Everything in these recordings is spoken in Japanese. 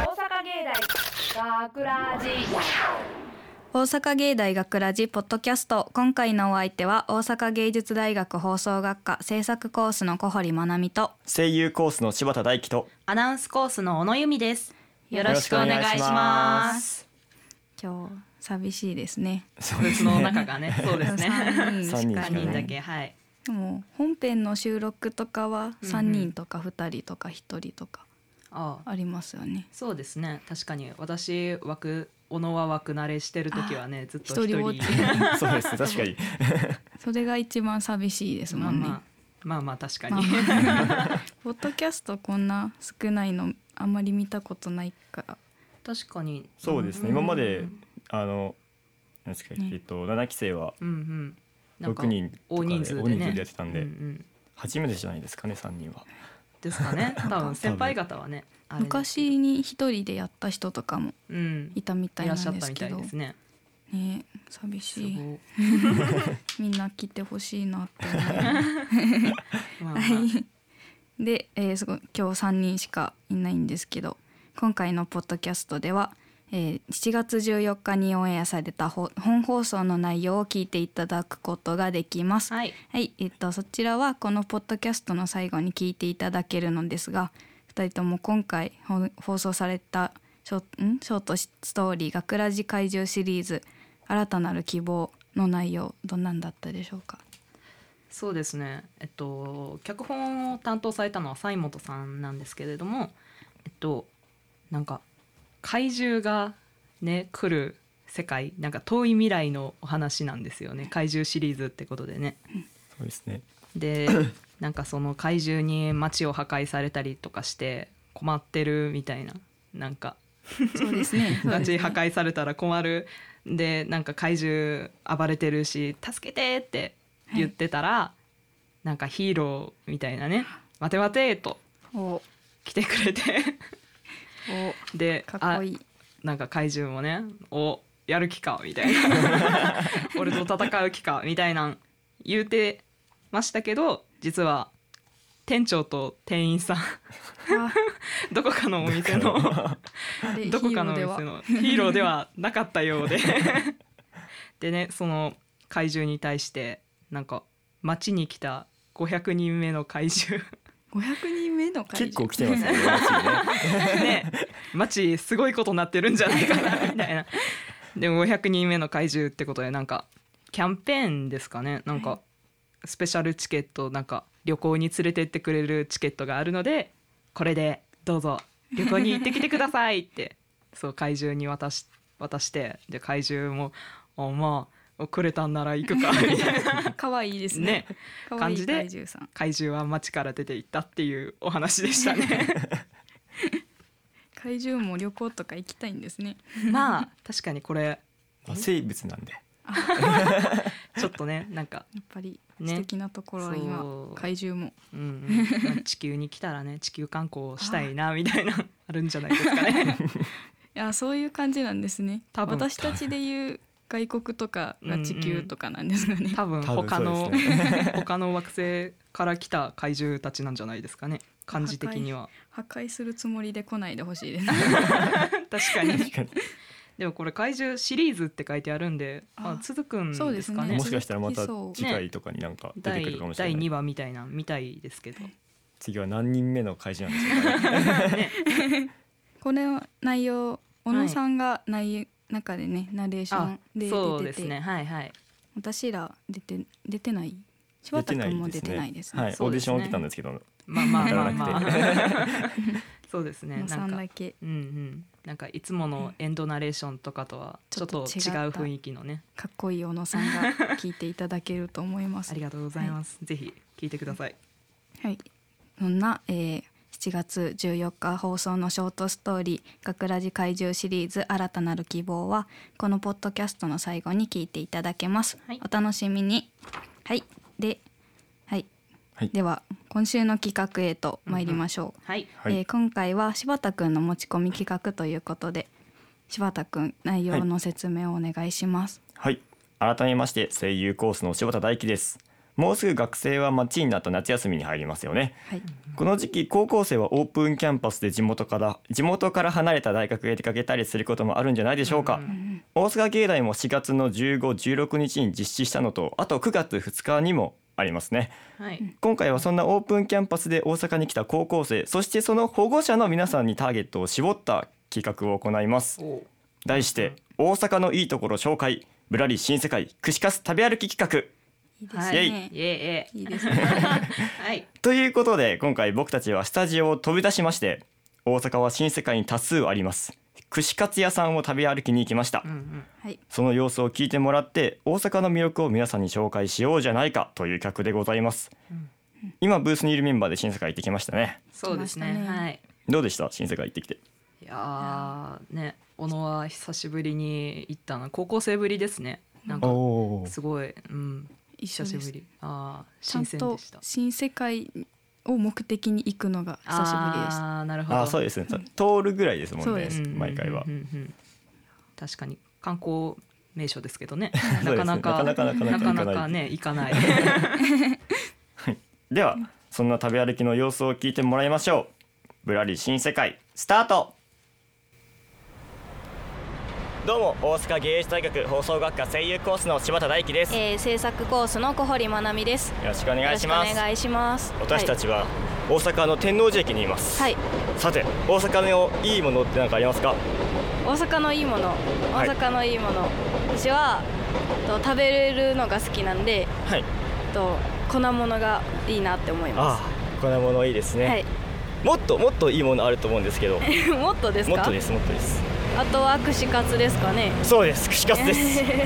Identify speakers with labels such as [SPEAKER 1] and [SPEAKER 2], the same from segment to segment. [SPEAKER 1] 大学ラジ
[SPEAKER 2] 大阪芸大学ラジポッドキャスト今回のお相手は大阪芸術大学放送学科制作コースの小堀真奈美と
[SPEAKER 3] 声優コースの柴田大樹と
[SPEAKER 4] アナウンスコースの小野由美です。よろしくお願いし
[SPEAKER 3] よろしくお願いし
[SPEAKER 4] ま。
[SPEAKER 3] ます
[SPEAKER 2] 今日寂しいですね
[SPEAKER 3] そう
[SPEAKER 4] ブー スの中が ね、そうですね。
[SPEAKER 2] 3人しか
[SPEAKER 4] 三
[SPEAKER 2] い
[SPEAKER 4] 人
[SPEAKER 2] な
[SPEAKER 4] だ
[SPEAKER 2] い
[SPEAKER 4] け、はい。
[SPEAKER 2] でも本編の収録とかは3人とか2人とか1人とか
[SPEAKER 4] ああ、
[SPEAKER 2] ありますよね
[SPEAKER 4] そうですね。確かに私枠小野は枠慣れしてる時はね、ずっと
[SPEAKER 2] 一
[SPEAKER 4] 一
[SPEAKER 2] 人
[SPEAKER 4] 人。
[SPEAKER 2] ぼっち
[SPEAKER 3] そうです確かに
[SPEAKER 2] それが一番寂しいですも
[SPEAKER 4] まあ
[SPEAKER 2] んね、
[SPEAKER 4] まあ、まあまあ確か
[SPEAKER 2] まあ
[SPEAKER 4] に。
[SPEAKER 2] まあポッドキャストこんな少ないのあんまり見たことないから
[SPEAKER 4] 確かに。
[SPEAKER 3] そうですね今まであの何ですかえっと7期生は
[SPEAKER 4] うんうん。なんか
[SPEAKER 3] 6人とかで
[SPEAKER 4] 大人数でね。
[SPEAKER 3] 大人数でやってたんで
[SPEAKER 4] ううん
[SPEAKER 3] 初めてじゃないですかね3人は
[SPEAKER 4] ですか ね。多分先輩方はね。あれ
[SPEAKER 2] 昔に一人でやった人とかも
[SPEAKER 4] うん。
[SPEAKER 2] いたみたい
[SPEAKER 4] い
[SPEAKER 2] な
[SPEAKER 4] らっしゃ
[SPEAKER 2] ん
[SPEAKER 4] っ
[SPEAKER 2] で
[SPEAKER 4] た
[SPEAKER 2] す
[SPEAKER 4] み
[SPEAKER 2] け
[SPEAKER 4] たい
[SPEAKER 2] ど
[SPEAKER 4] ですね。
[SPEAKER 2] ね寂
[SPEAKER 4] す
[SPEAKER 2] しい
[SPEAKER 4] ごい。
[SPEAKER 2] みんな来てほしいなって思
[SPEAKER 4] まあ
[SPEAKER 2] う、
[SPEAKER 4] ま
[SPEAKER 2] は
[SPEAKER 4] あ
[SPEAKER 2] い、 で、えー、そこ今日3人しかいないんですけど今回のポッドキャストでは、えー7月14日にオンエアされたほ本放送の内容を聞いていただくことができます。
[SPEAKER 4] はい。
[SPEAKER 2] はい、えっとそちらはこのポッドキャストの最後に聞いていただけるのですが、2人とも今回ほ放送されたショんショートストーリー学ラジ怪獣シリーズ新たなる希望の内容どんなんだったでしょうか。
[SPEAKER 4] そうですね、えっと、脚本を担当されたのは西本さんなんですけれども、えっと、なんか怪獣がね来る世界なんか遠い未来のお話なんですよね怪獣シリーズってことでね。
[SPEAKER 3] そうですね
[SPEAKER 4] でなんかその怪獣に街を破壊されたりとかして困ってるみたいななんか
[SPEAKER 2] そうですね。
[SPEAKER 4] 街破壊されたら困るでなんか怪獣暴れてるし「助けて!」って言ってたら、なんかヒーローみたいなね「待て待て!」と
[SPEAKER 2] おお
[SPEAKER 4] 来てく れてで
[SPEAKER 2] かっこいい。
[SPEAKER 4] あなんか怪獣もね「おやる気か」みた いな「俺と戦う気か」みたいなん言うてましたけど実は店長と店員さん どこかのお店の。
[SPEAKER 2] あで
[SPEAKER 4] どこかのお
[SPEAKER 2] ヒーローでは
[SPEAKER 4] 店のヒーローではなかったようで でねその怪獣に対してなんか町に来た500人目の怪獣
[SPEAKER 2] 500人目の会
[SPEAKER 3] 結構来てますよね私ね
[SPEAKER 4] ね町すごいことになってるんじゃないか なみたいなでも500人目の怪獣ってことでなんかキャンペーンですかねなん
[SPEAKER 2] は
[SPEAKER 4] かスペシャルチケットなんか旅行に連れてってくれるチケットがあるのでこれでどうぞ旅行に行ってきてください ってそう怪獣に渡し渡してで怪獣も「あまあ遅れたんなら行く か」みたいな
[SPEAKER 2] 可愛いですね
[SPEAKER 4] ね。
[SPEAKER 2] 可愛い
[SPEAKER 4] 感じで
[SPEAKER 2] 怪獣さん。
[SPEAKER 4] 怪獣は町から出て行ったっていうお話でしたね
[SPEAKER 2] 怪獣も旅行とか行きたいんですね。
[SPEAKER 4] まあ 確かにこれ
[SPEAKER 3] まあ生物なんで
[SPEAKER 4] ちょっとねなんか、
[SPEAKER 2] やっぱり
[SPEAKER 4] ね
[SPEAKER 2] 素敵なところは今、
[SPEAKER 4] そう
[SPEAKER 2] 怪獣も
[SPEAKER 4] うんうんまあ地球に来たらね地球観光をしたいなみたいな あるんじゃないですかね
[SPEAKER 2] いやそういう感じなんですね
[SPEAKER 4] 多分
[SPEAKER 2] 私たちで言う外国とかが地球とかなんですかね、
[SPEAKER 4] 多分
[SPEAKER 3] 多分
[SPEAKER 4] 他
[SPEAKER 3] そ
[SPEAKER 4] の
[SPEAKER 3] うですね
[SPEAKER 4] 他の惑星から来た怪獣たちなんじゃないですかね感じ的 には
[SPEAKER 2] 破壊するつもりで来ないでほしいです
[SPEAKER 4] 確かに
[SPEAKER 3] 確かに
[SPEAKER 4] でもこれ怪獣シリーズって書いてあるんでま
[SPEAKER 2] あ
[SPEAKER 4] あ、続くん
[SPEAKER 2] そう
[SPEAKER 4] で
[SPEAKER 2] です
[SPEAKER 4] す
[SPEAKER 2] ね
[SPEAKER 4] かね
[SPEAKER 3] もしかしたらまた
[SPEAKER 2] そう
[SPEAKER 3] 次回とかになんか出てくる
[SPEAKER 4] 第
[SPEAKER 3] かもしれ
[SPEAKER 4] 第
[SPEAKER 3] な
[SPEAKER 4] 2
[SPEAKER 3] い
[SPEAKER 4] 話みたいなみたいですけど、
[SPEAKER 3] 次は何人目の会社なんでしょうかね
[SPEAKER 4] ね、
[SPEAKER 2] これは内容小野さんが内、中でねナレーショ
[SPEAKER 4] あ
[SPEAKER 2] ンで
[SPEAKER 4] そう
[SPEAKER 2] 出
[SPEAKER 4] で
[SPEAKER 2] てて、
[SPEAKER 4] すねはいはい
[SPEAKER 2] 私ら出て出てない柴田君も出てないですね
[SPEAKER 3] はいオ
[SPEAKER 4] そう
[SPEAKER 3] ーディ
[SPEAKER 4] です
[SPEAKER 3] ショ
[SPEAKER 4] ね
[SPEAKER 3] ン受けたんですけど
[SPEAKER 4] まあまあ
[SPEAKER 3] 当た
[SPEAKER 4] まあ
[SPEAKER 3] ら
[SPEAKER 4] ま
[SPEAKER 3] なくて
[SPEAKER 4] あ そうです
[SPEAKER 2] 小
[SPEAKER 4] ね
[SPEAKER 2] 野
[SPEAKER 4] な
[SPEAKER 2] さ
[SPEAKER 4] ん
[SPEAKER 2] ん
[SPEAKER 4] か
[SPEAKER 2] だけ
[SPEAKER 4] うんうんなんかいつものエンドナレーションとかとはちょっと違う雰囲気のね
[SPEAKER 2] かっこいい小野さんが聞いていただけると思います
[SPEAKER 4] ありがとうございます、ぜひ聞いてください
[SPEAKER 2] はい、そんな、えー7月14日放送のショートストーリー「学ラジ怪獣シリーズ新たなる希望は」このポッドキャストの最後に聞いていただけます、
[SPEAKER 4] はい
[SPEAKER 2] お楽しみにはいで、はい
[SPEAKER 3] はい
[SPEAKER 2] では今週の企画へと参りましょう、
[SPEAKER 4] はい
[SPEAKER 3] はい
[SPEAKER 2] えー今回は柴田くんの持ち込み企画ということで柴田くん内容の説明をお願いします、
[SPEAKER 3] はい改めまして声優コースの柴田大樹ですもうすぐ学生は待ちになった夏休みに入りますよね
[SPEAKER 5] はい、
[SPEAKER 3] この時期高校生はオープンキャンパスで地元から地元から離れた大学へ出かけたりすることもあるんじゃないでしょうか、
[SPEAKER 4] うん
[SPEAKER 5] うん
[SPEAKER 3] 大阪芸大も4月の1516日に実施したのとあと9月2日にもありますね
[SPEAKER 4] はい、
[SPEAKER 3] 今回はそんなオープンキャンパスで大阪に来た高校生そしてその保護者の皆さんにターゲットを絞った企画を行います
[SPEAKER 4] お
[SPEAKER 3] 題して大阪のいいところ紹介ぶらり新世界串カツ食べ歩き企画
[SPEAKER 5] いいで
[SPEAKER 4] は
[SPEAKER 5] す
[SPEAKER 4] い、
[SPEAKER 3] イ
[SPEAKER 4] イ
[SPEAKER 5] ね、
[SPEAKER 4] エイエ
[SPEAKER 5] いいです ね
[SPEAKER 4] イはい、
[SPEAKER 3] ということで今回僕たちはスタジオを飛び出しまして大阪は新世界に多数あります串カツ屋さんを食べ歩きに行きました
[SPEAKER 4] うんうん、
[SPEAKER 5] はい
[SPEAKER 3] その様子を聞いてもらって大阪の魅力を皆さんに紹介しようじゃないかという企画でございます
[SPEAKER 4] うん
[SPEAKER 3] 今ブースにいるメンバーで新世界行ってきましたね
[SPEAKER 4] そうです
[SPEAKER 5] 来ま
[SPEAKER 4] ね
[SPEAKER 5] したね
[SPEAKER 4] はい
[SPEAKER 3] どうでした新世界行ってきて
[SPEAKER 4] いやーね小野は久しぶりに行ったの高校生ぶりですねなんか
[SPEAKER 3] お
[SPEAKER 4] すごい、うん、
[SPEAKER 5] 一緒
[SPEAKER 4] 久し
[SPEAKER 5] で
[SPEAKER 4] ぶ
[SPEAKER 5] す
[SPEAKER 4] りあー
[SPEAKER 5] ちゃん
[SPEAKER 4] 新鮮
[SPEAKER 5] と
[SPEAKER 4] でした
[SPEAKER 5] 新世界を目的に行くのが久しぶりでした
[SPEAKER 4] あーなるほど
[SPEAKER 3] あそうですね通るぐらいですもん
[SPEAKER 5] そう
[SPEAKER 3] ね
[SPEAKER 5] です
[SPEAKER 3] 毎回は
[SPEAKER 4] うんうんうんうん確かに観光名所ですけどね
[SPEAKER 3] そ
[SPEAKER 4] な
[SPEAKER 3] うですね
[SPEAKER 4] かなか
[SPEAKER 3] なかなかなかなか
[SPEAKER 4] なかなかね行かないは
[SPEAKER 3] ではそんな食べ歩きの様子を聞いてもらいましょうぶらり新世界スタートどうも大阪芸術大学放送学科声優コースの柴田大樹です、
[SPEAKER 2] えー、制作コースの小堀まなみです。
[SPEAKER 3] よろしくお願いし
[SPEAKER 2] よ
[SPEAKER 3] ま
[SPEAKER 2] ろしく
[SPEAKER 3] す
[SPEAKER 2] お願いします。
[SPEAKER 3] 私たちは大阪の天王寺駅にいます、
[SPEAKER 2] はい、はい、
[SPEAKER 3] さて大阪のいいものって何かありますか
[SPEAKER 2] 大阪のいいもの、
[SPEAKER 3] はい
[SPEAKER 2] 大阪のいいもの。私はと食べれるのが好きなんで、
[SPEAKER 3] はい
[SPEAKER 2] と粉物がいいなって思いま
[SPEAKER 3] ああ粉物いいです
[SPEAKER 2] す。
[SPEAKER 3] ね、
[SPEAKER 2] はい、
[SPEAKER 3] もっともっといいものあると思うんですけど
[SPEAKER 2] もっとです
[SPEAKER 3] もっ
[SPEAKER 2] か
[SPEAKER 3] と。ですもっとです
[SPEAKER 2] あとは串カツですかね。
[SPEAKER 3] そうです串カツです串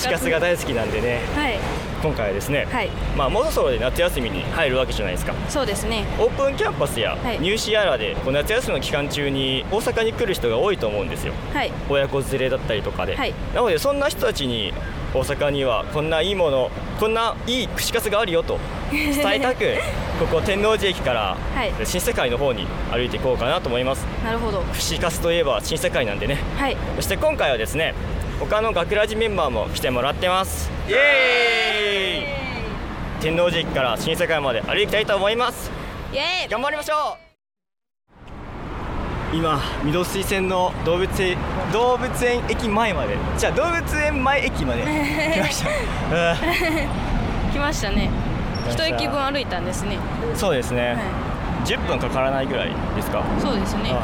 [SPEAKER 2] 串
[SPEAKER 3] カツが。大好きなんでね
[SPEAKER 2] はい、
[SPEAKER 3] 今回はですね、
[SPEAKER 2] はい、
[SPEAKER 3] まあもうそろで夏休みに入るわけじゃないですか
[SPEAKER 2] そうですね。
[SPEAKER 3] オープンキャンパスや
[SPEAKER 2] はい
[SPEAKER 3] 入試やらでこう夏休みの期間中に大阪に来る人が多いと思うんですよ
[SPEAKER 2] はい、
[SPEAKER 3] 親子連れだったりとかで、
[SPEAKER 2] はい
[SPEAKER 3] なのでそんな人たちに大阪にはこんないいものこんないい串カツがあるよと伝えたく ここ天王寺駅から
[SPEAKER 2] はい、
[SPEAKER 3] 新世界の方に歩いていこうかなと思います
[SPEAKER 2] なるほど。
[SPEAKER 3] 串カツといえば新世界なんでね
[SPEAKER 2] はい、
[SPEAKER 3] そして今回はですね他の学ラジメンバーも来てもらってますイエーイ天王寺駅から新世界まで歩きたいと思います
[SPEAKER 2] イエーイ。
[SPEAKER 3] 頑張りましょう今御堂水線の動物園動物園駅前までじゃあ動物園前駅 まで来ました あ
[SPEAKER 2] 来ましたね。
[SPEAKER 3] ー
[SPEAKER 2] 一駅分歩いたんですね。
[SPEAKER 3] そうですね、
[SPEAKER 2] は
[SPEAKER 3] 10分かからないぐらいですか
[SPEAKER 2] い、そうですね。は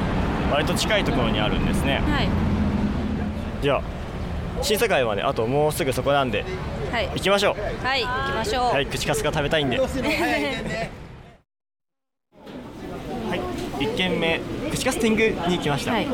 [SPEAKER 3] あ割と近いところにあるんですね
[SPEAKER 2] い、
[SPEAKER 3] じゃあ新世界まであともうすぐそこなんで
[SPEAKER 2] はい。
[SPEAKER 3] 行きましょう
[SPEAKER 2] はい、行きましょう。
[SPEAKER 3] はい、口かすが食べたいんで。はい、一軒目、口かす天狗に行きまし た。
[SPEAKER 2] はい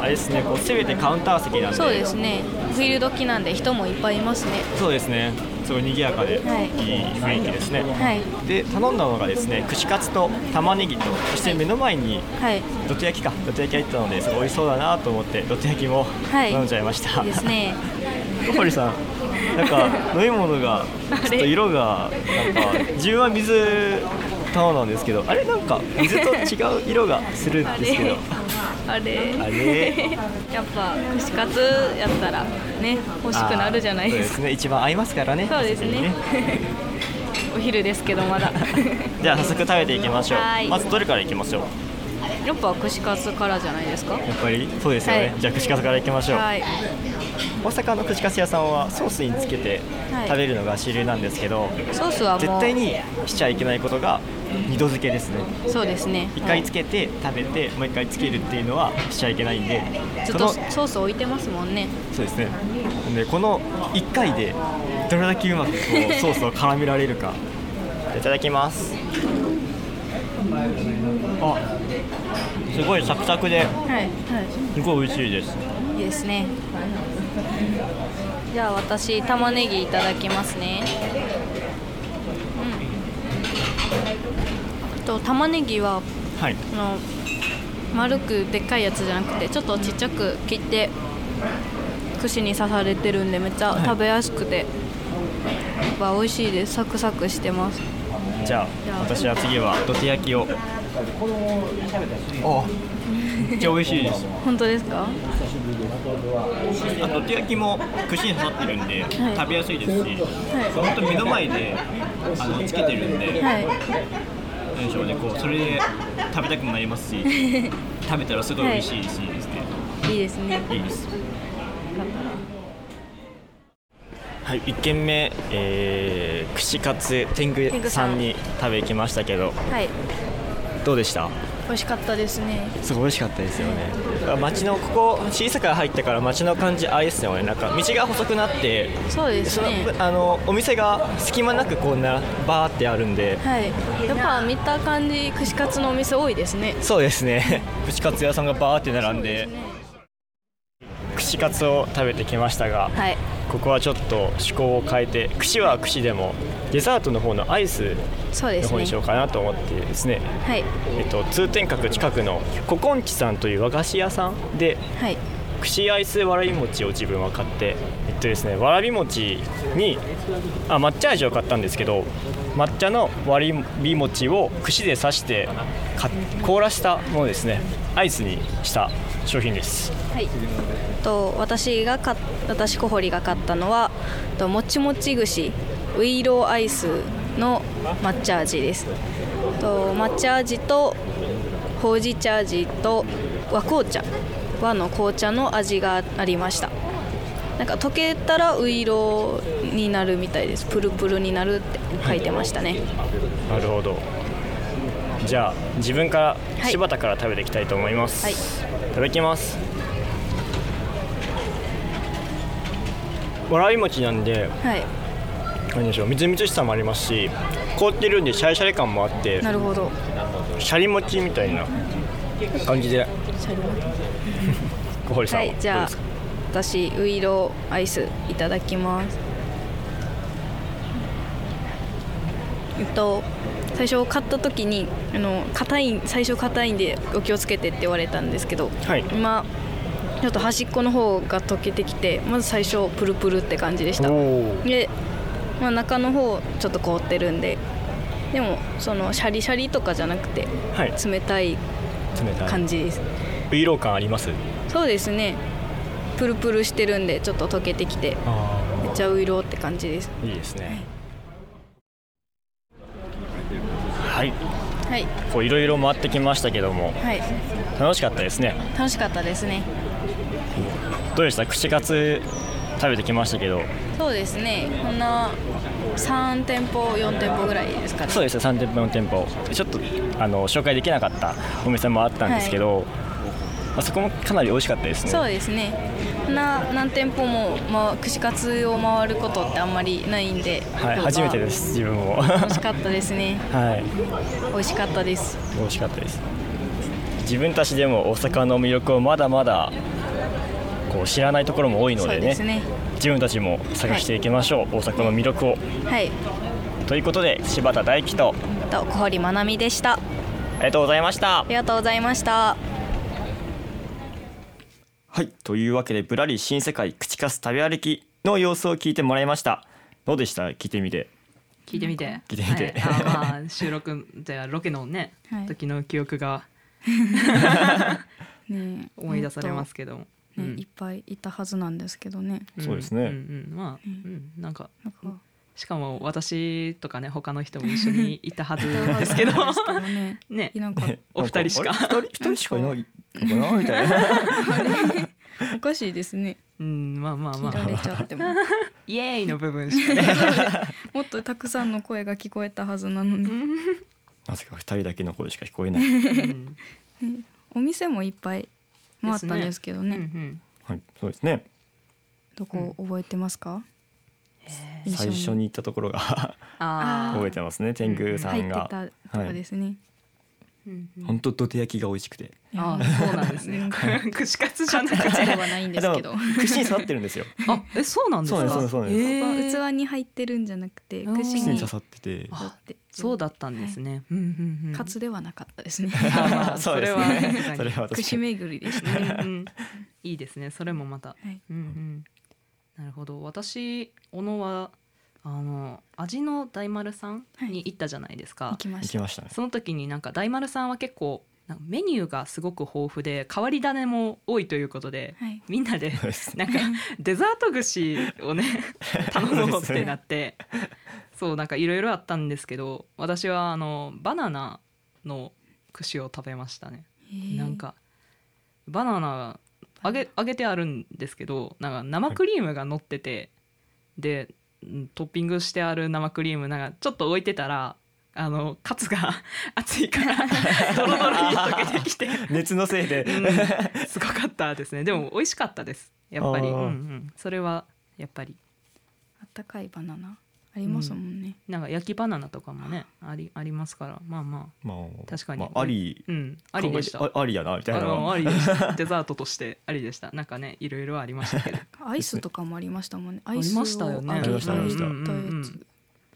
[SPEAKER 3] あれですね、こうすべてカウンター席なんで。
[SPEAKER 2] そうですね。フィールド機なんで人もいっぱいいますね。
[SPEAKER 3] そうですね。すごい賑やかで、
[SPEAKER 2] はい
[SPEAKER 3] い、い雰囲気ですね。
[SPEAKER 2] はい。
[SPEAKER 3] で、頼んだのがですね、串カツと玉ねぎと、そして目の前に。
[SPEAKER 2] はい。
[SPEAKER 3] どて焼きか、どて焼き入ってたので、すごい美味しそうだなと思って、どて焼きも
[SPEAKER 2] はい
[SPEAKER 3] 飲んじゃいました。
[SPEAKER 2] いいですね。
[SPEAKER 3] 小堀さん、なんか飲み 物がちょっと色がなんか十万水頼んだんですけど、あれなんか水と違う色がするんですけ
[SPEAKER 2] あ
[SPEAKER 3] ど、
[SPEAKER 2] れ。
[SPEAKER 3] あれ
[SPEAKER 2] やっぱ串カツやったらね欲しくなるじゃないですか。
[SPEAKER 3] か。そうですね、一番合いますからね。
[SPEAKER 2] そうです
[SPEAKER 3] お酒に
[SPEAKER 2] ね。 お昼ですけどまだ。
[SPEAKER 3] じゃあ早速食べていきましょ
[SPEAKER 2] は
[SPEAKER 3] う。
[SPEAKER 2] い
[SPEAKER 3] まずどれからいきましょう。
[SPEAKER 2] やっぱ串カツからじゃないですか。
[SPEAKER 3] やっぱりそうですよね。
[SPEAKER 2] はい
[SPEAKER 3] じゃあ串カツからいきましょう。
[SPEAKER 2] はい。
[SPEAKER 3] 大阪の串カツ屋さんはソースにつけて
[SPEAKER 2] はい
[SPEAKER 3] 食べるのが主流なんですけど、
[SPEAKER 2] ソースはもう
[SPEAKER 3] 絶対にしちゃいけないことが二度漬けですね。
[SPEAKER 2] そうですね。
[SPEAKER 3] 一回つけて食べてもう一回つけるっていうのはしちゃいけないんで
[SPEAKER 2] ず
[SPEAKER 3] こ
[SPEAKER 2] っ
[SPEAKER 3] の
[SPEAKER 2] と
[SPEAKER 3] そ
[SPEAKER 2] ソース置いてますもんね。
[SPEAKER 3] うですねでこの一回でどれだけうまくこうソースを絡められるかいただきますあすごいサクサクで
[SPEAKER 2] はい。はい。
[SPEAKER 3] すごい美味しいです
[SPEAKER 2] いいですね。じゃあ私玉ねぎいただきますね。うん。と玉ねぎは
[SPEAKER 3] はい
[SPEAKER 2] あの丸くでっかいやつじゃなくてちょっとちっちゃく切って串に刺されてるんでめっちゃ
[SPEAKER 3] い
[SPEAKER 2] 食べやすくて、やっぱ美味しいです。サクサクしてます。
[SPEAKER 3] じゃ
[SPEAKER 2] じゃ
[SPEAKER 3] あ
[SPEAKER 2] あ
[SPEAKER 3] 私は次はどて焼きをあめっちゃ美味しいです
[SPEAKER 2] 本当ですか
[SPEAKER 3] あと手焼きも串に刺さってるんで、食べやすいですし、本当目の前であのつけてるんで、
[SPEAKER 2] はい
[SPEAKER 3] 何でしょうねこうそれで食べたくもなります し食べたらすごい嬉しいしですね、
[SPEAKER 2] いいですね
[SPEAKER 3] い、いですはい、1軒目、えー、串カツ天
[SPEAKER 2] 天
[SPEAKER 3] 狗
[SPEAKER 2] 狗
[SPEAKER 3] さ
[SPEAKER 2] さん
[SPEAKER 3] んに食べ行きましたけど
[SPEAKER 2] はい
[SPEAKER 3] どうでした
[SPEAKER 2] 美味しかったですね
[SPEAKER 3] すごい美味しかったですよね街のここ小さから入ったから街の感じあれですよねなんか道が細くなって
[SPEAKER 2] そうです
[SPEAKER 3] その
[SPEAKER 2] ね
[SPEAKER 3] あのお店が隙間なくこんなバーってあるんで
[SPEAKER 2] はいやっぱ見た感じ串カツのお店多いですね
[SPEAKER 3] そうですね 串カツ屋さんがバーって並んで串カツを食べてきましたが、
[SPEAKER 2] はい
[SPEAKER 3] ここはちょっと趣向を変えて串は串でもデザートの方のアイス
[SPEAKER 2] そうで
[SPEAKER 3] の
[SPEAKER 2] す
[SPEAKER 3] 方
[SPEAKER 2] ね
[SPEAKER 3] にしようかなと思ってですね
[SPEAKER 2] はい
[SPEAKER 3] えっと、通天閣近くのココンチさんという和菓子屋さんで
[SPEAKER 2] はい
[SPEAKER 3] 串アイスわらび餅を自分は買ってえっとですねわらび餅にあ抹茶味を買ったんですけど抹茶のわらび餅を串で刺してか凍らしたものですねアイスにした商品です
[SPEAKER 2] はい、と私が買っ私小堀が買ったのはともちもち串ウイローアイスの抹茶味ですと抹茶味とほうじ茶味と和紅茶和の紅茶の味がありましたなんか溶けたらウイローになるみたいですプルプルになるって書いてましたね
[SPEAKER 3] なるほどじゃあ自分から
[SPEAKER 2] はい
[SPEAKER 3] 柴田から食べていきたいと思います、
[SPEAKER 2] はい
[SPEAKER 3] いただきますわらび餅なんで
[SPEAKER 2] はい
[SPEAKER 3] 何でしょうみずみずしさもありますし凍ってるんでシャリシャリ感もあって
[SPEAKER 2] なるほど
[SPEAKER 3] シャリ餅みたいな感じで小堀さん
[SPEAKER 2] は
[SPEAKER 3] はい
[SPEAKER 2] じゃ
[SPEAKER 3] ど
[SPEAKER 2] あ
[SPEAKER 3] うですか
[SPEAKER 2] 私ウイローアイスいただきますえっと最初買った時にあの硬い最初硬いんでお気をつけてって言われたんですけど、
[SPEAKER 3] はい
[SPEAKER 2] 今ちょっと端っこの方が溶けてきてまず最初プルプルって感じでした
[SPEAKER 3] おお
[SPEAKER 2] で、まあ、中の方ちょっと凍ってるんででもそのシャリシャリとかじゃなくて
[SPEAKER 3] はい
[SPEAKER 2] 冷たい
[SPEAKER 3] 冷たい
[SPEAKER 2] 感じです
[SPEAKER 3] ウイロー感あります
[SPEAKER 2] そうですねプルプルしてるんでちょっと溶けてきて
[SPEAKER 3] あ
[SPEAKER 2] めっちゃウイローって感じです
[SPEAKER 3] あいいですねはい
[SPEAKER 2] はい
[SPEAKER 3] こういろいろ回ってきましたけども
[SPEAKER 2] はい
[SPEAKER 3] 楽しかったですね
[SPEAKER 2] 楽しかったですね
[SPEAKER 3] どうでした串カツ食べてきましたけど
[SPEAKER 2] そうですねこんな3店舗4店舗ぐらいですかね
[SPEAKER 3] そうですね3店舗4店舗ちょっとあの紹介できなかったお店もあったんですけど、まあそこもかなり美味しかったですね
[SPEAKER 2] そうですねこんな何店舗も、まあ、串カツを回ることってあんまりないんで、
[SPEAKER 3] はい、
[SPEAKER 2] 今日が
[SPEAKER 3] 初めてです自分もは
[SPEAKER 2] 楽しかったです ね
[SPEAKER 3] い
[SPEAKER 2] 美味しかったです
[SPEAKER 3] 美味しかったです自分たちでも大阪の魅力をまだまだこう知らないところも多いの
[SPEAKER 2] そう
[SPEAKER 3] で
[SPEAKER 2] で
[SPEAKER 3] ね
[SPEAKER 2] すね
[SPEAKER 3] 自分たちも探していきましょう、大阪の魅力を
[SPEAKER 2] はい
[SPEAKER 3] ということで柴田大樹と
[SPEAKER 2] と小堀まなみでしたあ
[SPEAKER 3] ありがとうございました
[SPEAKER 2] りがとうございました
[SPEAKER 3] はいというわけでぶらり新世界口かす食べ歩きの様子を聞いてもらいましたどうでした聞いてみて
[SPEAKER 4] 聞いてみて
[SPEAKER 3] 聞いてみて
[SPEAKER 4] はいあまあ収録じゃあロケのね、
[SPEAKER 6] はい
[SPEAKER 4] 時の記憶が
[SPEAKER 6] ねえ
[SPEAKER 4] 思い出されますけども、
[SPEAKER 6] もっと
[SPEAKER 3] うん
[SPEAKER 6] ねいっぱいいたはずなんですけどね
[SPEAKER 4] ん
[SPEAKER 3] そうですね
[SPEAKER 4] うんうん、まあ、うん、なんか
[SPEAKER 6] なんか
[SPEAKER 4] しかも私とかね他の人も一緒にいたはずで すけど
[SPEAKER 6] ですけどね
[SPEAKER 4] ね
[SPEAKER 6] いなんか
[SPEAKER 4] お二人し
[SPEAKER 3] な
[SPEAKER 4] か
[SPEAKER 3] んあれ一人一人しかいないのかなみたいな
[SPEAKER 6] おかしいですね
[SPEAKER 4] うんまあまあま
[SPEAKER 6] 切ら
[SPEAKER 4] あ
[SPEAKER 6] れちゃっても
[SPEAKER 4] イエーイの部分し かね
[SPEAKER 6] もっとたくさんの声が聞こえたはずなのに
[SPEAKER 3] なぜか二人だけの声しか聞こえない、
[SPEAKER 4] うん
[SPEAKER 6] お店もいっぱい回ったんですけど
[SPEAKER 4] うんう
[SPEAKER 6] ね
[SPEAKER 4] ん
[SPEAKER 3] はい、そうですね
[SPEAKER 6] どこ覚えてますか、印象
[SPEAKER 3] 最
[SPEAKER 6] に
[SPEAKER 3] 初に行ったところが
[SPEAKER 4] あ
[SPEAKER 3] 覚えてますね天狗さ
[SPEAKER 6] 入っ
[SPEAKER 3] ん
[SPEAKER 6] て
[SPEAKER 3] が
[SPEAKER 6] たとこですね、
[SPEAKER 4] ーうんうん
[SPEAKER 3] 本当どて焼きが美味しくて
[SPEAKER 4] あーそうなんですね串カツじゃなく
[SPEAKER 6] カツ
[SPEAKER 4] て
[SPEAKER 6] ではないんですけど
[SPEAKER 3] あも串に刺さってるんですよ
[SPEAKER 4] あえそうなんですか
[SPEAKER 3] そうですそうですそうです
[SPEAKER 4] えー
[SPEAKER 6] 器に入ってるんじゃなくて
[SPEAKER 4] うん
[SPEAKER 6] 串
[SPEAKER 3] 串
[SPEAKER 6] に
[SPEAKER 3] に
[SPEAKER 6] 刺
[SPEAKER 3] 刺
[SPEAKER 6] さ
[SPEAKER 3] さってて
[SPEAKER 4] あ
[SPEAKER 6] って
[SPEAKER 4] そうだったんですね、うんうんうん
[SPEAKER 6] カツではなかったですね
[SPEAKER 4] あま あ
[SPEAKER 3] そうです
[SPEAKER 4] それは確
[SPEAKER 3] ね
[SPEAKER 4] かに
[SPEAKER 3] それは確か
[SPEAKER 6] 串
[SPEAKER 3] に
[SPEAKER 6] 巡りでした
[SPEAKER 4] うんうんいいですねそれもまた、
[SPEAKER 6] はい
[SPEAKER 4] うんうん、なるほど私小野はあの味の大丸さん
[SPEAKER 6] はい
[SPEAKER 4] に行ったじゃないですか、
[SPEAKER 6] 行きま
[SPEAKER 3] 行
[SPEAKER 6] し
[SPEAKER 3] き
[SPEAKER 6] た
[SPEAKER 3] ましたね
[SPEAKER 4] その時になんか大丸さんは結構なんかメニューがすごく豊富で変わり種も多いということで、
[SPEAKER 2] はい
[SPEAKER 4] みんなでなんかデザート串を ね頼もうってなってそうなんかいろいろあったんですけど私はあのバナナの串を食べましたね。なんかバナナ揚げ揚げてあるんですけどなんか生クリームが乗っててでうんトッピングしてある生クリームなんかちょっと置いてたらあのカツが 熱いからドロドロに溶けてきて、
[SPEAKER 3] 熱のせいで、
[SPEAKER 4] うんすごかったですねでも美味しかったですやっぱり、
[SPEAKER 3] あ
[SPEAKER 4] う
[SPEAKER 3] ー
[SPEAKER 4] んうん、それはやっぱり
[SPEAKER 2] あったかいバナナありますもんね、
[SPEAKER 4] なんか焼きバナナとかもねありありますからまあま
[SPEAKER 3] まあ、
[SPEAKER 4] 確かに
[SPEAKER 3] まあ、あり
[SPEAKER 4] あ、うん、ありでした
[SPEAKER 3] あありやなみたい
[SPEAKER 4] あの
[SPEAKER 3] な
[SPEAKER 4] ありでしたデザートとしてありでしたなんかねいろいろありましたけど
[SPEAKER 2] アイスとかもありましたもんねア
[SPEAKER 4] り
[SPEAKER 2] イスを
[SPEAKER 4] ましたよね
[SPEAKER 2] 揚げ
[SPEAKER 3] ありましたありました
[SPEAKER 2] 揚げたやつ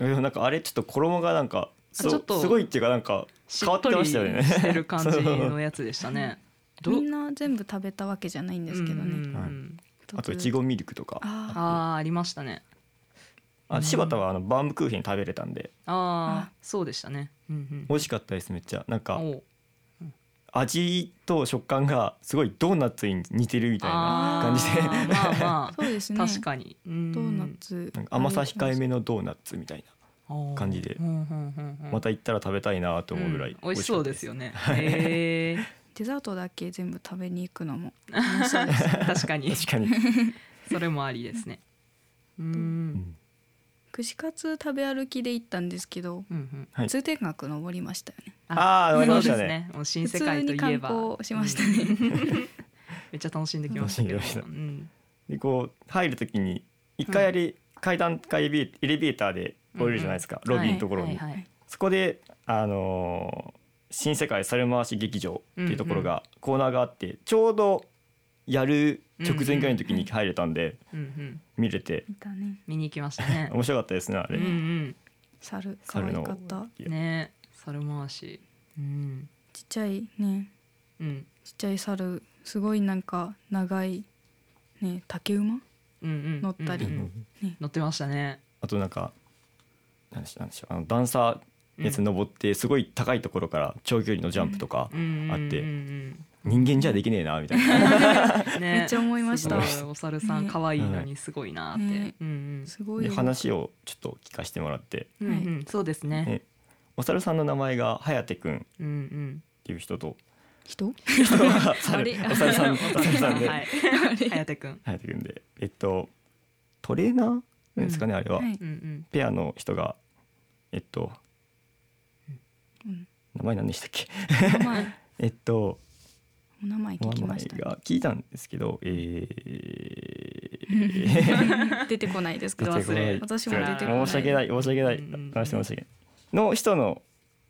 [SPEAKER 3] でもなんかあれちょっと衣がなんかそう
[SPEAKER 4] ちょっと
[SPEAKER 3] すごいっていうかなんか
[SPEAKER 4] し
[SPEAKER 3] 変わ
[SPEAKER 4] っ
[SPEAKER 3] って
[SPEAKER 4] と
[SPEAKER 3] ま
[SPEAKER 4] り
[SPEAKER 3] したよね
[SPEAKER 4] して る感じのやつでしたねど
[SPEAKER 2] みんな全部食べたわけじゃないんですけど
[SPEAKER 4] うんう
[SPEAKER 2] ね
[SPEAKER 4] んうん
[SPEAKER 3] あといちごミルクとか
[SPEAKER 2] あ
[SPEAKER 4] あーありましたね
[SPEAKER 3] あ柴田はあのバームクーヘン食べれたんで
[SPEAKER 4] ああそうでしたね、うん
[SPEAKER 3] 美味しかったですめっちゃなん
[SPEAKER 4] うん、
[SPEAKER 3] か
[SPEAKER 4] おう
[SPEAKER 3] 味と食感がすごいドーナツに似てるみたいな感じで
[SPEAKER 4] あーまあま
[SPEAKER 2] そうです
[SPEAKER 4] あ
[SPEAKER 2] ね
[SPEAKER 4] 確かに、うん
[SPEAKER 2] ドーナツ
[SPEAKER 3] なんか甘さ控えめのドーナツみたい
[SPEAKER 4] おう
[SPEAKER 3] 感じで
[SPEAKER 4] うんうんうんうん
[SPEAKER 3] なまた行ったら食べたいなと思うぐらい
[SPEAKER 4] ん美味しそうです
[SPEAKER 3] よ
[SPEAKER 4] よねへえ
[SPEAKER 2] デザートだけ全部食べに行くのも
[SPEAKER 4] 確かに
[SPEAKER 3] 確かに
[SPEAKER 4] それもありですねう
[SPEAKER 3] うんん
[SPEAKER 2] 串カツ食べ歩きで行ったんですけど
[SPEAKER 4] うんうん
[SPEAKER 3] はい
[SPEAKER 2] 通天閣登りましたよね
[SPEAKER 3] あーありまし
[SPEAKER 4] そ
[SPEAKER 3] た
[SPEAKER 4] うで
[SPEAKER 3] ね
[SPEAKER 4] すねもう新
[SPEAKER 2] 普
[SPEAKER 4] 世
[SPEAKER 2] 通
[SPEAKER 4] 界
[SPEAKER 2] に
[SPEAKER 4] といえ
[SPEAKER 2] 観
[SPEAKER 4] ば
[SPEAKER 2] 光しましたね、
[SPEAKER 4] めっちゃ楽しんできましたけど
[SPEAKER 3] 楽しんで
[SPEAKER 4] う
[SPEAKER 3] ま
[SPEAKER 4] ん
[SPEAKER 3] でこう入るときに一回あれ、階段かエレエレベーターで降りるじゃないですか、ロビーのところに、
[SPEAKER 4] はいはいはい
[SPEAKER 3] そこであのー新世界猿回し劇場っていうところが、コーナーがあってちょうどやる直前ぐらいの時に入れたんで、
[SPEAKER 4] うんうん
[SPEAKER 3] 見れて
[SPEAKER 2] 見たね
[SPEAKER 4] 見に行きました ね
[SPEAKER 3] 面白かったですねあ
[SPEAKER 4] う
[SPEAKER 3] れ、
[SPEAKER 4] んうん
[SPEAKER 2] 猿可
[SPEAKER 3] 猿
[SPEAKER 2] 愛
[SPEAKER 3] の
[SPEAKER 2] かった
[SPEAKER 4] ね猿回しうん
[SPEAKER 2] ちっちゃいね
[SPEAKER 4] うん
[SPEAKER 2] ちっちゃい猿すごいなんか長いね竹馬
[SPEAKER 4] うんうん
[SPEAKER 2] 乗ったり
[SPEAKER 4] うんうん乗ってましたね
[SPEAKER 3] あとなんかなんでしょうなんでしょうあの段差やつ
[SPEAKER 4] うん
[SPEAKER 3] 登ってすごい高いところから長距離のジャンプとか、
[SPEAKER 4] うん
[SPEAKER 3] あって
[SPEAKER 4] うん
[SPEAKER 3] 人間じゃできねえなみたいな、
[SPEAKER 4] うんね
[SPEAKER 2] めっちゃ思いました
[SPEAKER 4] すごいお猿さん
[SPEAKER 2] ね
[SPEAKER 4] 可愛いのにすごいなって
[SPEAKER 2] ね
[SPEAKER 4] うんうん
[SPEAKER 2] すごい
[SPEAKER 3] で話をちょっと聞かせてもらって、
[SPEAKER 4] うんうんそうですね
[SPEAKER 3] ねお猿さんの名前が颯くんっ
[SPEAKER 4] うんうん
[SPEAKER 3] ていう人と
[SPEAKER 2] 人
[SPEAKER 3] 人が
[SPEAKER 2] あ
[SPEAKER 3] 猿
[SPEAKER 2] れ
[SPEAKER 3] お猿さん
[SPEAKER 4] お
[SPEAKER 3] お猿さんで
[SPEAKER 4] はい颯くん
[SPEAKER 3] 颯くんでえっとトレーナーなんですかね、あれは、
[SPEAKER 2] はい
[SPEAKER 4] うんうん
[SPEAKER 3] ペアの人がえっと、
[SPEAKER 2] うん
[SPEAKER 3] 名前何でしたっけ
[SPEAKER 2] お名 前
[SPEAKER 3] えっと
[SPEAKER 2] お名前聞
[SPEAKER 3] 名
[SPEAKER 2] きま
[SPEAKER 3] 前
[SPEAKER 2] した
[SPEAKER 3] が聞いたんですけどえ ー
[SPEAKER 2] 出てこないです
[SPEAKER 3] 出
[SPEAKER 2] か
[SPEAKER 3] てこない
[SPEAKER 2] 私も出てこない
[SPEAKER 3] 申し訳ない申し訳ない
[SPEAKER 4] うん
[SPEAKER 3] 話して申し訳ないの人の、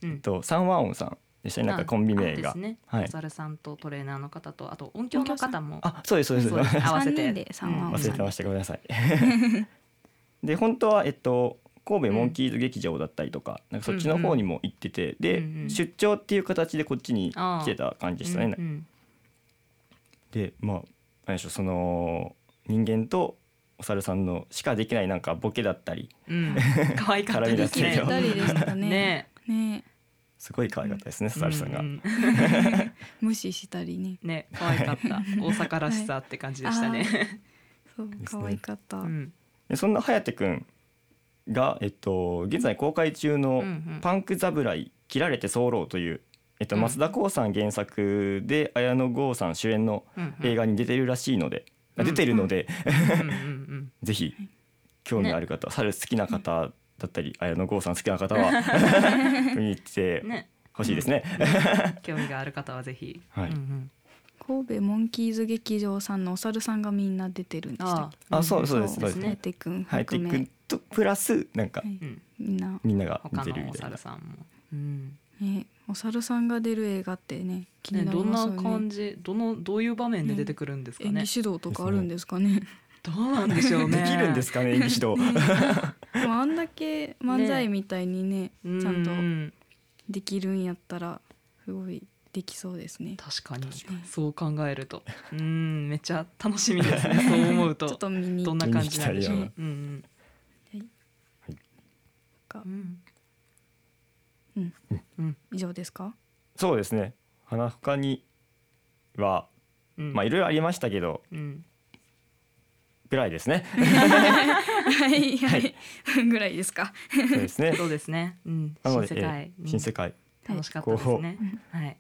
[SPEAKER 4] うん
[SPEAKER 3] えっと、サンワオンさんでしたねなんかコンビ名が
[SPEAKER 4] あですね
[SPEAKER 3] はい
[SPEAKER 4] お猿さんとトレーナーの方とあと音響の方も
[SPEAKER 3] あそうですそうです
[SPEAKER 4] そうです合わせ
[SPEAKER 2] 三人
[SPEAKER 4] て
[SPEAKER 2] で三万音
[SPEAKER 3] 忘れてましたごめんなさいで本当はえっと神戸モンキーズ劇場だったりとか,、なんかそっちの方にも行ってて、で、
[SPEAKER 4] うんうん
[SPEAKER 3] 出張っていう形でこっちに来てた感じでしたね、
[SPEAKER 4] うんうん
[SPEAKER 3] でまあ何でしょうその人間とお猿さんのしかできないなんかボケだったり
[SPEAKER 4] うん、 可愛かった
[SPEAKER 3] 絡み
[SPEAKER 4] で
[SPEAKER 3] だ
[SPEAKER 4] す
[SPEAKER 3] け
[SPEAKER 2] ぴ
[SPEAKER 3] ど
[SPEAKER 2] った
[SPEAKER 4] ね。
[SPEAKER 2] りでしたね
[SPEAKER 4] ね
[SPEAKER 2] ね
[SPEAKER 3] すごい可愛かったですね、お猿さんが、
[SPEAKER 4] ううん
[SPEAKER 2] 無視したりね
[SPEAKER 4] ね、可愛 かった。大阪らしさって感じでしたね。
[SPEAKER 2] そう
[SPEAKER 3] ね
[SPEAKER 2] 可愛かった
[SPEAKER 4] うん
[SPEAKER 3] でそんな颯くんが、えっと、現在公開中の
[SPEAKER 4] うんう
[SPEAKER 3] 「
[SPEAKER 4] ん
[SPEAKER 3] パンク侍切られて候」という、えっと、
[SPEAKER 4] うん
[SPEAKER 3] 増田光さん原作で綾野剛さん主演の
[SPEAKER 4] うんうん
[SPEAKER 3] 映画に出てるらしいので、
[SPEAKER 4] うん
[SPEAKER 3] 出てるので、
[SPEAKER 4] うんうん
[SPEAKER 3] ぜひ興味ある方、猿好きな方だったり綾野剛さん好きな方は 見に行って
[SPEAKER 4] うんね、
[SPEAKER 3] ほしいですね。
[SPEAKER 4] 興味がある方はぜひ。
[SPEAKER 3] はい
[SPEAKER 4] うんうん
[SPEAKER 2] 神戸モンキーズ劇場さんのお猿さんがみんな出てるんでしたっ
[SPEAKER 4] あ
[SPEAKER 2] け
[SPEAKER 4] あ、
[SPEAKER 3] あそう
[SPEAKER 4] そ
[SPEAKER 3] そうです
[SPEAKER 2] そ
[SPEAKER 3] そうう
[SPEAKER 2] で
[SPEAKER 3] ですす
[SPEAKER 2] ね
[SPEAKER 3] ね。
[SPEAKER 2] テくん
[SPEAKER 3] 颯
[SPEAKER 2] 含め
[SPEAKER 3] くんとプラスなんか
[SPEAKER 2] はい
[SPEAKER 4] うん
[SPEAKER 2] みんな
[SPEAKER 3] みんなが見
[SPEAKER 4] 他
[SPEAKER 3] てるみ
[SPEAKER 4] のお
[SPEAKER 3] たいな
[SPEAKER 4] 猿。さんも。うん
[SPEAKER 2] ねお猿さんが出る映画ってね気
[SPEAKER 4] ね、
[SPEAKER 2] になり
[SPEAKER 4] どん
[SPEAKER 2] ます
[SPEAKER 4] な
[SPEAKER 2] よね
[SPEAKER 4] 感じ、どの、どういう場面で出てくるんですか
[SPEAKER 2] 演技
[SPEAKER 4] ね。
[SPEAKER 2] 指導とかあるんですか ね
[SPEAKER 4] どうなんでしょうね。
[SPEAKER 3] できるんですかね演技指導。
[SPEAKER 2] でもあんだけ漫才みたいにね
[SPEAKER 4] う
[SPEAKER 2] ちゃんと
[SPEAKER 4] うん
[SPEAKER 2] できるんやったらすごいできそうですね
[SPEAKER 4] 確かに。そう考えると。うん、めっちゃ楽しみで すね。そう思う
[SPEAKER 2] ちょっ
[SPEAKER 4] と。
[SPEAKER 2] と見に
[SPEAKER 4] ど
[SPEAKER 2] 行
[SPEAKER 4] ん
[SPEAKER 2] っ
[SPEAKER 4] な感じなんでしょ
[SPEAKER 3] 見に
[SPEAKER 4] う
[SPEAKER 3] 行。
[SPEAKER 4] うんうん。
[SPEAKER 2] たか
[SPEAKER 4] うん
[SPEAKER 2] 以上ですか
[SPEAKER 3] そうですね。花他には
[SPEAKER 4] うん
[SPEAKER 3] まあいろいろありましたけど
[SPEAKER 4] うん
[SPEAKER 3] ぐらい ですね
[SPEAKER 2] はい は
[SPEAKER 3] はいい
[SPEAKER 2] ぐらいですか
[SPEAKER 3] そうですね
[SPEAKER 4] そうですね、うん、
[SPEAKER 3] なの
[SPEAKER 4] 新
[SPEAKER 3] で
[SPEAKER 4] 世界、
[SPEAKER 3] えー新世界
[SPEAKER 4] うん楽しかったですねはい、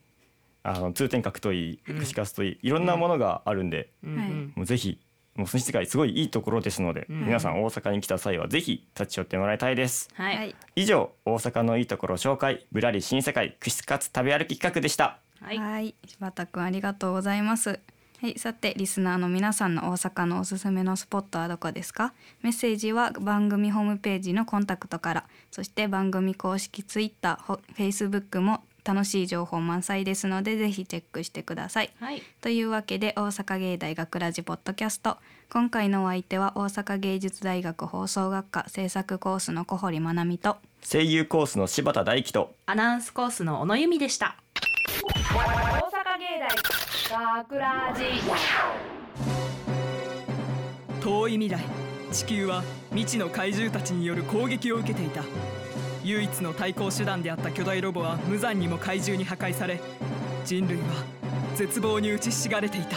[SPEAKER 3] あの通天閣といい
[SPEAKER 4] うん
[SPEAKER 3] 串カツといいいろんなものがあるんで
[SPEAKER 4] うんうん
[SPEAKER 3] もうぜひもう新世界すごいいいところですので
[SPEAKER 4] うん
[SPEAKER 3] 皆さん大阪に来た際はぜひ立ち寄ってもらいたいです
[SPEAKER 4] はい、はい
[SPEAKER 3] 以上大阪のいいところ紹介ぶらり新世界串カツ食べ歩き企画でした
[SPEAKER 2] はい、柴田くんありがとうございます。はい、さてリスナーの皆さんの大阪のおすすめのスポットはどこですか？メッセージは番組ホームページのコンタクトから、そして番組公式ツイッター、フェイスブックも楽しい情報満載ですのでぜひチェックしてください。
[SPEAKER 4] はい
[SPEAKER 2] というわけで大阪芸大学ラジポッドキャスト今回のお相手は大阪芸術大学放送学科制作コースの小堀真奈美と
[SPEAKER 3] 声優コースの柴田大樹と
[SPEAKER 4] アナウンスコースの小野由美でした
[SPEAKER 1] 大阪芸大学ラジ
[SPEAKER 7] 遠い未来地球は未知の怪獣たちによる攻撃を受けていた唯一の対抗手段であった巨大ロボは無残にも怪獣に破壊され人類は絶望に打ちひしがれていた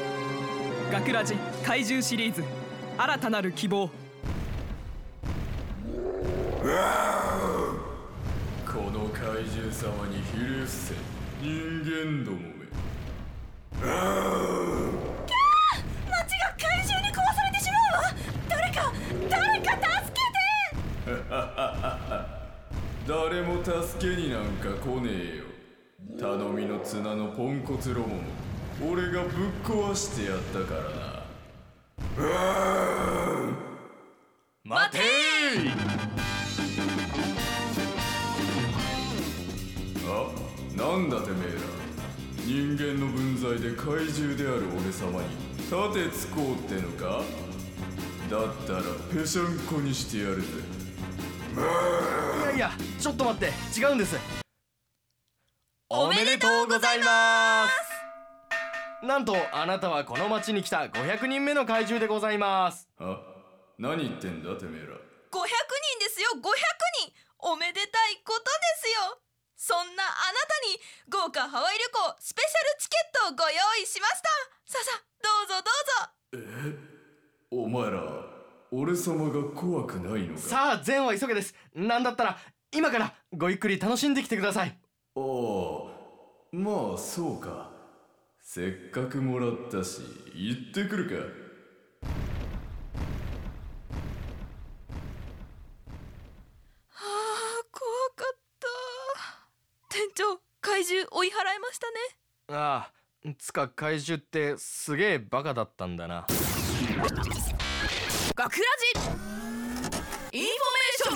[SPEAKER 7] 「ガクラジ怪獣シリーズ新たなる希望
[SPEAKER 8] この怪獣様にひる伏せ人間どもめキャー街が怪獣に壊されてしまうわ誰か誰か助けて誰も助けになんか来ねえよ頼みの綱のポンコツロボも俺がぶっ壊してやったからな待てあなんだてめえら人間の分際で怪獣である俺様に盾つこうってのかだったらぺしゃんこにしてやるぜ」
[SPEAKER 9] いやいやちょっと待って違うんですおめでとうございますなんとあなたはこの町に来た500人目の怪獣でございます
[SPEAKER 8] あ何言ってんだてめえら
[SPEAKER 10] 500人ですよ500人おめでたいことですよそんなあなたに豪華ハワイ旅行スペシャルチケットをご用意しましたさあさあどうぞどうぞ
[SPEAKER 8] お前ら俺様が怖くないのかあ
[SPEAKER 9] さあ善は急げですなんだったら今からごゆっくり楽しんできてください
[SPEAKER 8] あまあそうかせっかくもらったし行ってくるか
[SPEAKER 10] あー怖かった店長怪獣追い払いましたね
[SPEAKER 9] ああつか怪獣ってすげえバカだったんだな
[SPEAKER 10] ガクラジインフ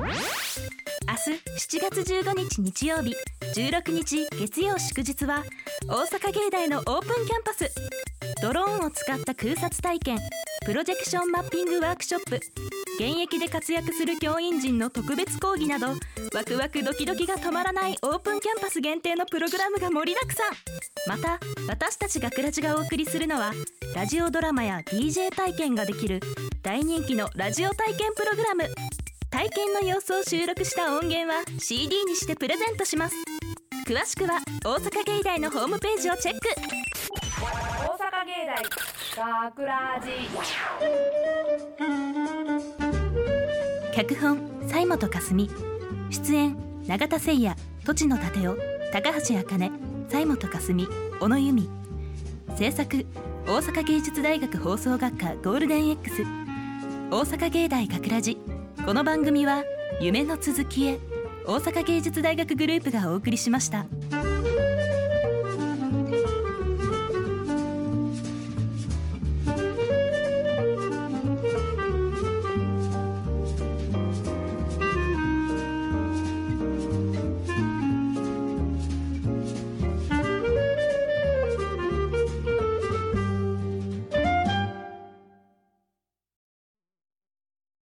[SPEAKER 10] ォメーション
[SPEAKER 11] 明日7月15日日曜日16日月曜祝日は大阪芸大のオープンキャンパスドローンを使った空撮体験プロジェクションマッピングワークショップ現役で活躍する教員陣の特別講義などワクワクドキドキが止まらないオープンキャンパス限定のプログラムが盛りだくさんまた私たちがくらじがお送りするのはラジオドラマや DJ 体験ができる大人気のラジオ体験プログラム体験の様子を収録した音源は CD にしてプレゼントします詳しくは大阪芸大のホームページをチェック
[SPEAKER 1] 大阪芸大学ラジ
[SPEAKER 11] 脚本西本かすみ出演永田誠也土地野立夫高橋茜西本かすみ小野由美制作大阪芸術大学放送学科ゴールデン X 大阪芸大学ラジこの番組は夢の続きへ大阪芸術大学グループがお送りしました。